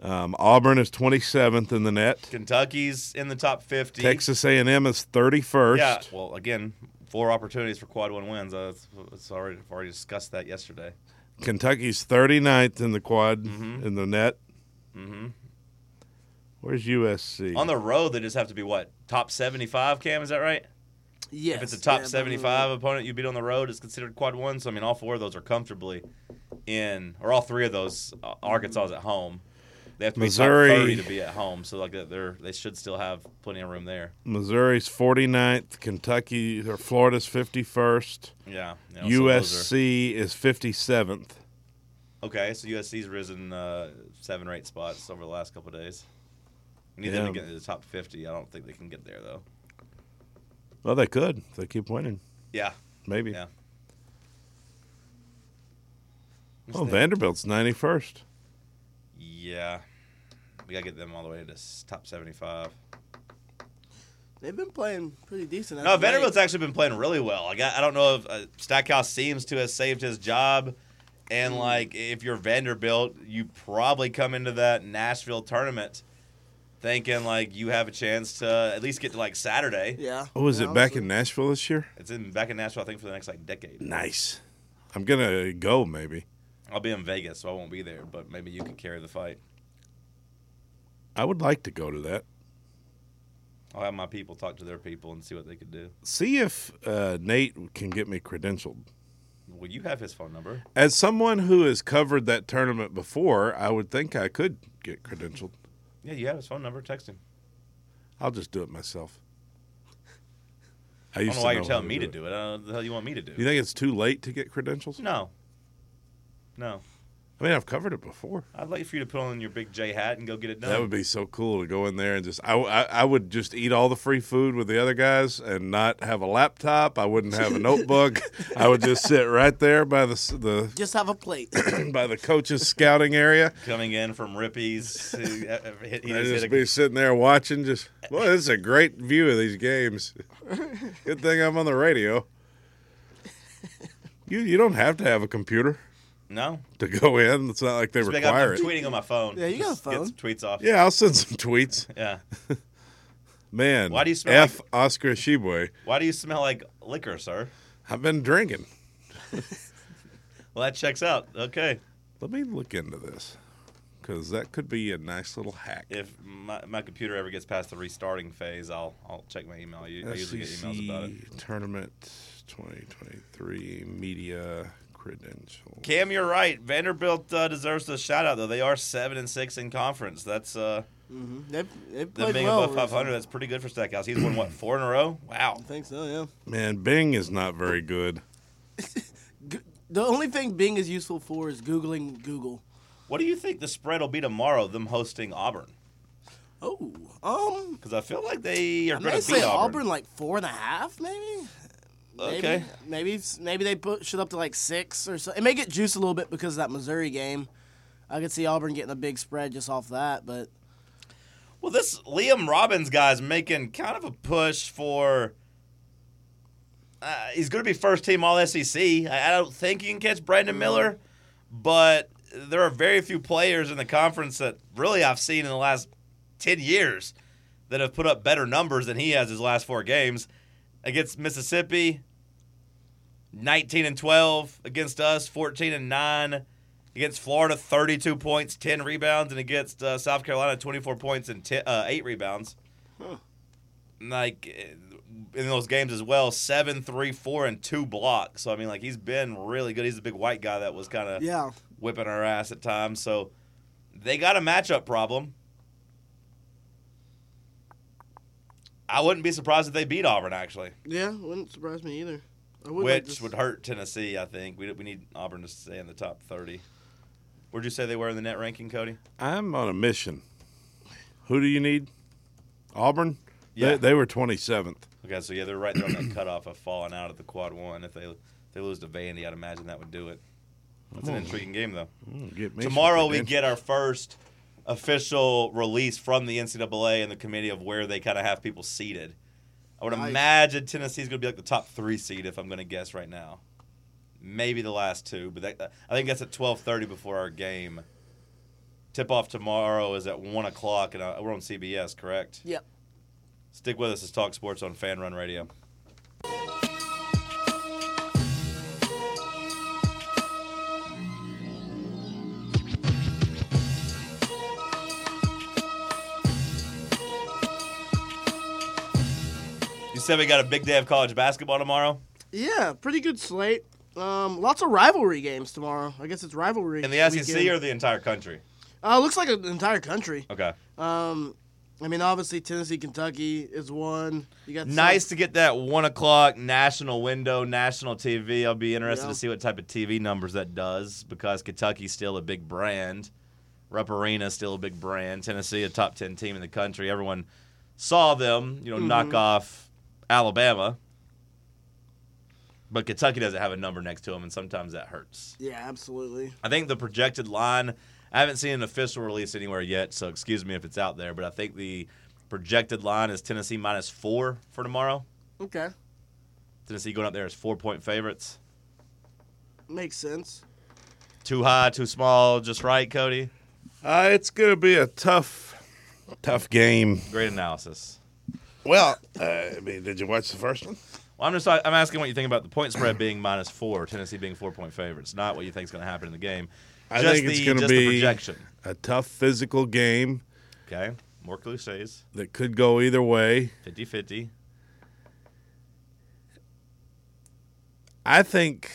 F: Mm-hmm. Um, Auburn is 27th in the net.
E: Kentucky's in the top 50.
F: Texas A&M is 31st.
E: Yeah. Well, again, four opportunities for quad one wins. Uh, it's, it's already I've already discussed that yesterday.
F: Kentucky's 39th in the quad in the net. Mm-hmm. Where's USC?
E: On the road, they just have to be what top 75. Cam, is that right?
G: Yes.
E: If it's a top
G: yeah, uh,
E: 75 opponent you beat on the road, it's considered quad one. So I mean, all four of those are comfortably in, or all three of those. uh, Arkansas's at home. They have to be
F: Missouri.
E: top 30 to be at home. So like they're they should still have plenty of room there.
F: Missouri's 49th. Kentucky or Florida's 51st.
E: Yeah. you know, so those are-
F: USC is 57th.
E: okay, so USC's risen uh, seven or eight spots over the last couple of days. We need them to get
F: Yeah.
E: into the top 50. I don't think they can get there though.
F: Well, they could. if They keep winning.
E: Yeah.
F: Maybe.
E: Yeah.
F: Oh, Vanderbilt's 91st.
E: Yeah. We gotta get them all the way to s- top 75.
G: They've been playing pretty decent. as
E: No,
G: of late.
E: Vanderbilt's actually been playing really well. Like I, I don't know if uh, Stackhouse seems to have saved his job, and like if you're Vanderbilt, you probably come into that Nashville tournament thinking like you have a chance to at least get to like Saturday.
G: Yeah.
F: Oh, is it back
G: honestly.
F: in Nashville this year?
E: It's in back in Nashville, I think, for the next like decade.
F: Nice. I'm gonna go maybe.
E: I'll be in Vegas, so I won't be there, but maybe you can carry the fight.
F: I would like to go to that.
E: I'll have my people talk to their people and see what they could do.
F: See if uh, Nate can get me credentialed.
E: Well, you have his phone number.
F: As someone who has covered that tournament before, I would think I could get credentialed.
E: Yeah, you have his phone number. Text him.
F: I'll just do it myself. I,
E: I
F: used
E: don't know why you're
F: how
E: telling me to do it. I don't know what the hell you want me to do.
F: You think it's too late to get credentials?
E: no. No.
F: I mean, I've covered it before.
E: I'd like for you to put on your big J hat and go get it done.
F: That would be so cool to go in there and just I, I I would just eat all the free food with the other guys and not have a laptop. I wouldn't have a notebook. I would just sit right there by the s- the
G: Just have a plate.
F: by the coach's scouting area.
E: coming in from Rippy's. he uh, hit- he
F: I'd
E: just hit
F: just
E: a-
F: be sitting there watching. Just well, this is a great view of these games. Good thing I'm on the radio. You you don't have to have a computer
E: no,
F: to go in. It's not like they
E: Just be like, I'm,
F: require
E: I'm
F: it.
E: tweeting on my phone.
G: Yeah, you got a
E: Just get
G: phone.
E: some tweets off.
F: Yeah, I'll send some tweets.
E: Yeah.
F: Man,
E: Why do you smell
F: F Oscar Sheboy?
E: Why do you smell like liquor, sir?
F: I've been drinking.
E: Well, that checks out. Okay.
F: Let me look into this because that could be a nice little hack.
E: If my, my computer ever gets past the restarting phase, I'll I'll check my email. You- I usually get emails about it.
F: SEC E tournament 2023 media credential.
E: Cam, you're right. Vanderbilt uh, deserves a shout out though. They are seven and six in conference. That's uh,
G: they, they
E: them
G: played
E: being
G: well.
E: above 500. That's pretty good for Stackhouse. He's won what four in a row? Wow.
G: I think so. Yeah.
F: Man, Bing is not very good.
G: The only thing Bing is useful for is googling Google.
E: What do you think the spread will be tomorrow? Them hosting Auburn.
G: Oh, um,
E: Because I feel like they are
G: I'm
E: going
G: gonna
E: to beat
G: say
E: Auburn.
G: Auburn like four and a half, maybe.
E: Okay.
G: Maybe, maybe maybe they push it up to like six or so. It may get juiced a little bit because of that Missouri game. I could see Auburn getting a big spread just off that, but
E: Well, this Liam Robbins guy's making kind of a push for. Uh, he's going to be first team All SEC. I, I don't think you can catch Brandon Miller, but there are very few players in the conference that really I've seen in the last 10 years that have put up better numbers than he has his last four games. Against Mississippi, 19 and 12. Against us, 14 and 9. Against Florida, 32 points, 10 rebounds, and against uh, South Carolina, 24 points and 10, uh, 8 rebounds. And, Like eh, in those games as well, seven, three, four, and two blocks. So I mean, like he's been really good. He's a big white guy that was kind of
G: yeah,
E: whipping our ass at times. So they got a matchup problem. I wouldn't be surprised if they beat Auburn actually,
G: Yeah, wouldn't surprise me either. I would like
E: which
G: to s-
E: would hurt Tennessee. I think we we need Auburn to stay in the top thirty. Where'd you say they were in the net ranking, Cody?
F: I'm on a mission. Who do you need? Auburn?
E: Yeah.
F: They, they were 27th.
E: Okay, so yeah, they're right there on that cutoff of falling out of the quad one. If they if they lose to Vandy, I'd imagine that would do it. It's an intriguing game though.
F: Hmm, Get me some
E: Tomorrow we
F: credentials.
E: get our first official release from the NCAA and the committee of where they kind of have people seated. I would
G: Nice.
E: imagine Tennessee's going to be like the top three seed if I'm going to guess right now. Maybe the last two, but that, I think that's at 12:30 before our game. Tip off tomorrow is at one o'clock, and uh we're on CBS, correct?
G: Yep.
E: Stick with us. It's Talk Sports on Fan Run Radio. You said we got a big day of college basketball tomorrow
G: Yeah, pretty good slate. Um, lots of rivalry games tomorrow. I guess it's rivalry.
E: in the SEC
G: weekend.
E: or the entire country.
G: uh, looks like an entire country.
E: Okay.
G: Um, I mean, obviously Tennessee, Kentucky is one. You got
E: Nice
G: South-
E: to get that one o'clock national window, national TV. I'll be interested
G: Yeah.
E: to see what type of TV numbers that does because Kentucky's still a big brand. Rupp Arena's still a big brand. Tennessee, a top 10 team in the country. Everyone saw them, you know, knock off Alabama. But Kentucky doesn't have a number next to them, and sometimes that hurts.
G: yeah, absolutely.
E: I think the projected line, I haven't seen an official release anywhere yet, so excuse me if it's out there, but I think the projected line is Tennessee minus four for tomorrow.
G: Okay,
E: Tennessee going up there as four point favorites.
G: makes sense.
E: Too high, too small, just right, Cody.
F: Uh, it's going to be a tough, tough game.
E: Great analysis.
F: Well, uh, I mean, did you watch the first one?
E: Well, I'm just I'm asking what you think about the point spread being minus four, Tennessee being four point favorites, not what you think is going to happen in the game.
F: I
E: just
F: think it's
E: the,
F: gonna
E: just
F: be-
E: the projection.
F: A tough physical game
E: Okay, more cliches.
F: that could go either way.
E: 50-50.
F: I think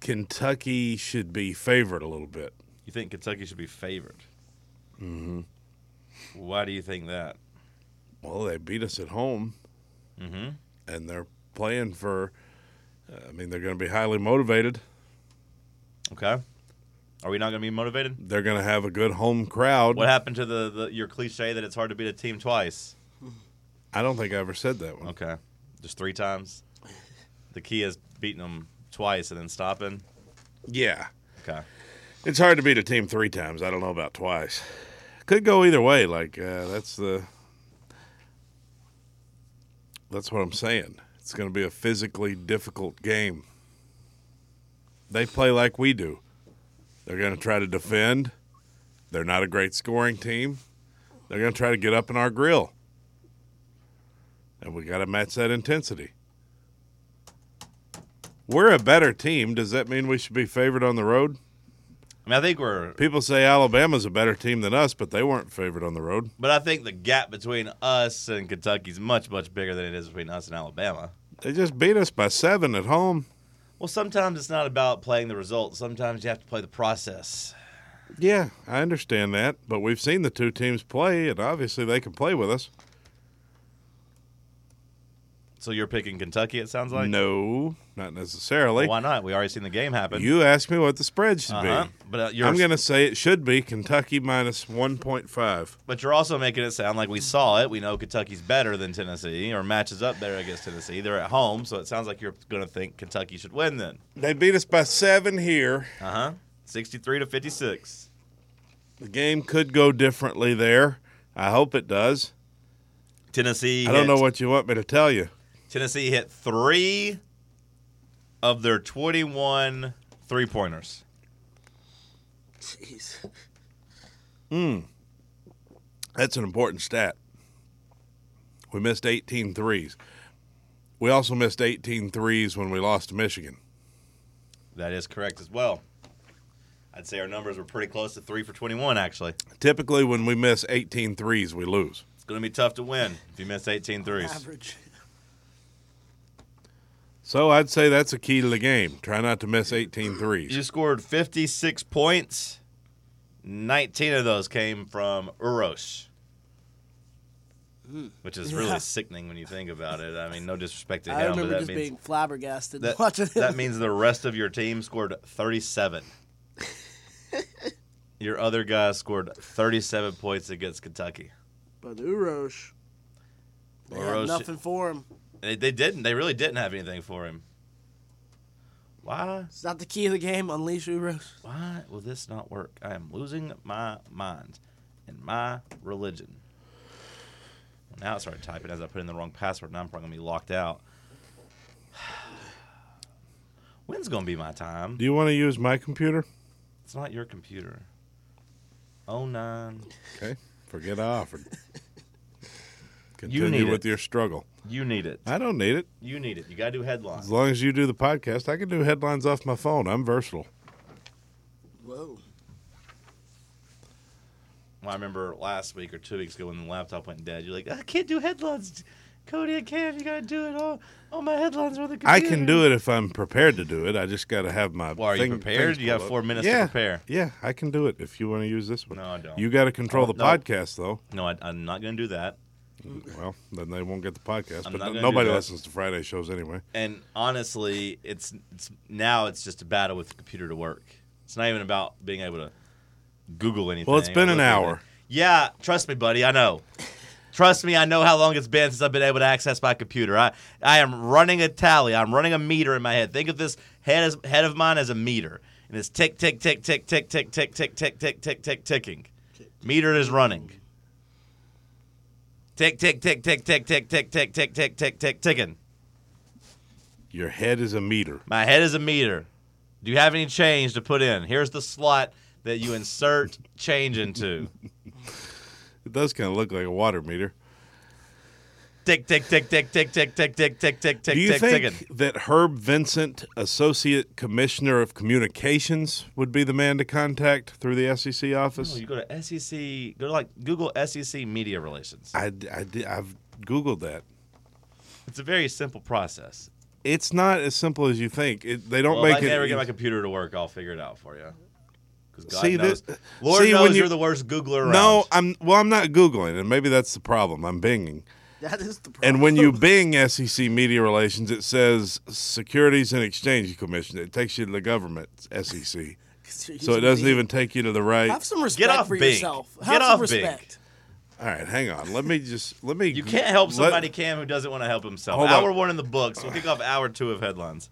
F: Kentucky should be favored a little bit.
E: You think Kentucky should be favored? Mm-hmm. Why do you think that?
F: Well, they beat us at home, mm-hmm. and they're playing for. uh, I mean, they're going to be highly motivated.
E: Okay. Are we not going to be motivated?
F: They're going to have a good home crowd.
E: What happened to the, the your cliche that it's hard to beat a team twice?
F: I don't think I ever said that one.
E: Okay, just three times. The key is beating them twice and then stopping.
F: Yeah,
E: Okay,
F: it's hard to beat a team three times. I don't know about twice. Could go either way. Like uh, that's the. That's what I'm saying. It's going to be a physically difficult game. They play like we do. They're going to try to defend. They're not a great scoring team. They're going to try to get up in our grill. And we got to match that intensity. We're a better team. Does that mean we should be favored on the road?
E: I mean I think we're,
F: People say Alabama's a better team than us, but they weren't favored on the road.
E: but I think the gap between us and Kentucky's much much bigger than it is between us and Alabama.
F: They just beat us by seven at home.
E: Well, sometimes it's not about playing the results. Sometimes you have to play the process.
F: Yeah, I understand that, but we've seen the two teams play, and obviously they can play with us.
E: So you're picking Kentucky. It sounds like.
F: no, not necessarily.
E: Why not? We already seen the game happen.
F: You asked me what the spread should
E: Uh-huh.
F: be.
E: But uh, you're
F: I'm going to say it should be Kentucky minus 1.5.
E: But you're also making it sound like we saw it. We know Kentucky's better than Tennessee or matches up better against Tennessee. They're at home, so it sounds like you're going to think Kentucky should win then.
F: They beat us by seven here.
E: Uh huh. 63 to 56.
F: The game could go differently there. I hope it does.
E: Tennessee.
F: I don't
E: hit-
F: know what you want me to tell you.
E: Tennessee hit three of their 21 three pointers.
G: Jeez.
F: That's an important stat. We missed 18 threes. We also missed 18 threes when we lost to Michigan.
E: That is correct as well. I'd say our numbers were pretty close to three for 21, actually.
F: Typically, when we miss 18 threes, we lose.
E: It's going to be tough to win if you miss 18 threes.
G: Average.
F: So I'd say that's a key to the game. Try not to miss 18 threes.
E: You scored 56 points. 19 of those came from Uros. which is really sickening when you think about it. I mean, no disrespect to him,
G: I remember
E: but that
G: just
E: means
G: being flabbergasted
E: that,
G: watching him.
E: that means the rest of your team scored 37. your other guy scored 37 points against Kentucky.
G: but Urosh, they had
E: Uroš-
G: nothing for him.
E: They, they didn't. They really didn't have anything for him. Why?
G: It's not the key of the game. Unleash Urosh.
E: Why will this not work? I am losing my mind and my religion. Well, now I started typing as I put in the wrong password. Now I'm probably gonna be locked out. When's gonna be my time?
F: Do you want to use my computer?
E: It's not your computer. Oh nine.
F: Okay, forget I offered.
E: You
F: Continue
E: need
F: with
E: it.
F: your struggle.
E: You need it.
F: I don't need it.
E: You need it. You gotta do
F: As
E: headlines.
F: long as you do the podcast, I can do headlines off my phone. I'm versatile.
G: Whoa.
E: Well, I remember last week or two weeks ago when the laptop went dead. You're like, I can't do headlines. Cody, I can't. You gotta do it. All, all my headlines are on the computer.
F: I can do it if I'm prepared to do it. I just got to have my.
E: Well, are you
F: thing-
E: prepared?
F: things
E: You got
F: pulled up.
E: four minutes to
F: yeah.
E: prepare.
F: Yeah, I can do it if you want to use this one.
E: No, I don't.
F: You got to control the
E: no.
F: podcast, though.
E: No, I, I'm not gonna do that.
F: Well, then they won't get the podcast.
E: I'm
F: but
E: not
F: no-
E: gonna do
F: nobody
E: that.
F: listens to Friday shows anyway.
E: and honestly, it's, it's now it's just a battle with the computer to work. It's not even about being able to Google anything.
F: Well, it's been
E: or
F: an
E: look at
F: hour.
E: anything. Yeah, trust me, buddy. I know. Trust me, I know how long it's been since I've been able to access my computer. I, I am running a tally. I'm running a meter in my head. Think of this head as, head of mine as a meter, and it's tick tick tick tick tick tick tick tick tick tick tick tick ticking. Meter is running. Tick tick tick tick tick tick tick tick tick tick tick tick ticking.
F: Your head is a meter.
E: My head is a meter. Do you have any change to put in? Here's the slot that you insert change into.
F: It does kind of look like a water meter.
E: Tick tick tick tick tick tick tick tick tick tick tick
F: Do you
E: tick
F: think
E: ticking.
F: that Herb Vincent, Associate Commissioner of Communications, would be the man to contact through the SEC
E: Oh,
F: office?
E: you go to SEC. Go to like Google SEC media relations.
F: I, I, did- I've Googled that.
E: It's a very simple process.
F: It's not as simple as you think. It, they don't
E: Well,
F: make
E: if I
F: it.
E: never get my computer to work, I'll figure it out for you. Because God
F: See,
E: knows,
F: this-
E: Lord
F: see, when
E: knows
F: you-
E: you're the worst Googler around.
F: no, I'm well. I'm not googling, and maybe that's the problem. I'm binging.
G: That is the problem.
F: And when you Bing SEC Media Relations, it says Securities and Exchange Commission. It takes you to the government SEC, so it doesn't even take you to the right.
G: have some respect
E: off
G: for
E: Bing.
G: yourself.
E: Get
G: Have some
E: off Bing.
G: respect.
F: All right, hang on. Let me just let me.
E: you can't help somebody
F: Let,
E: Cam who doesn't want to help himself.
F: Hold on.
E: hour one in the books. We'll kick off hour two of headlines.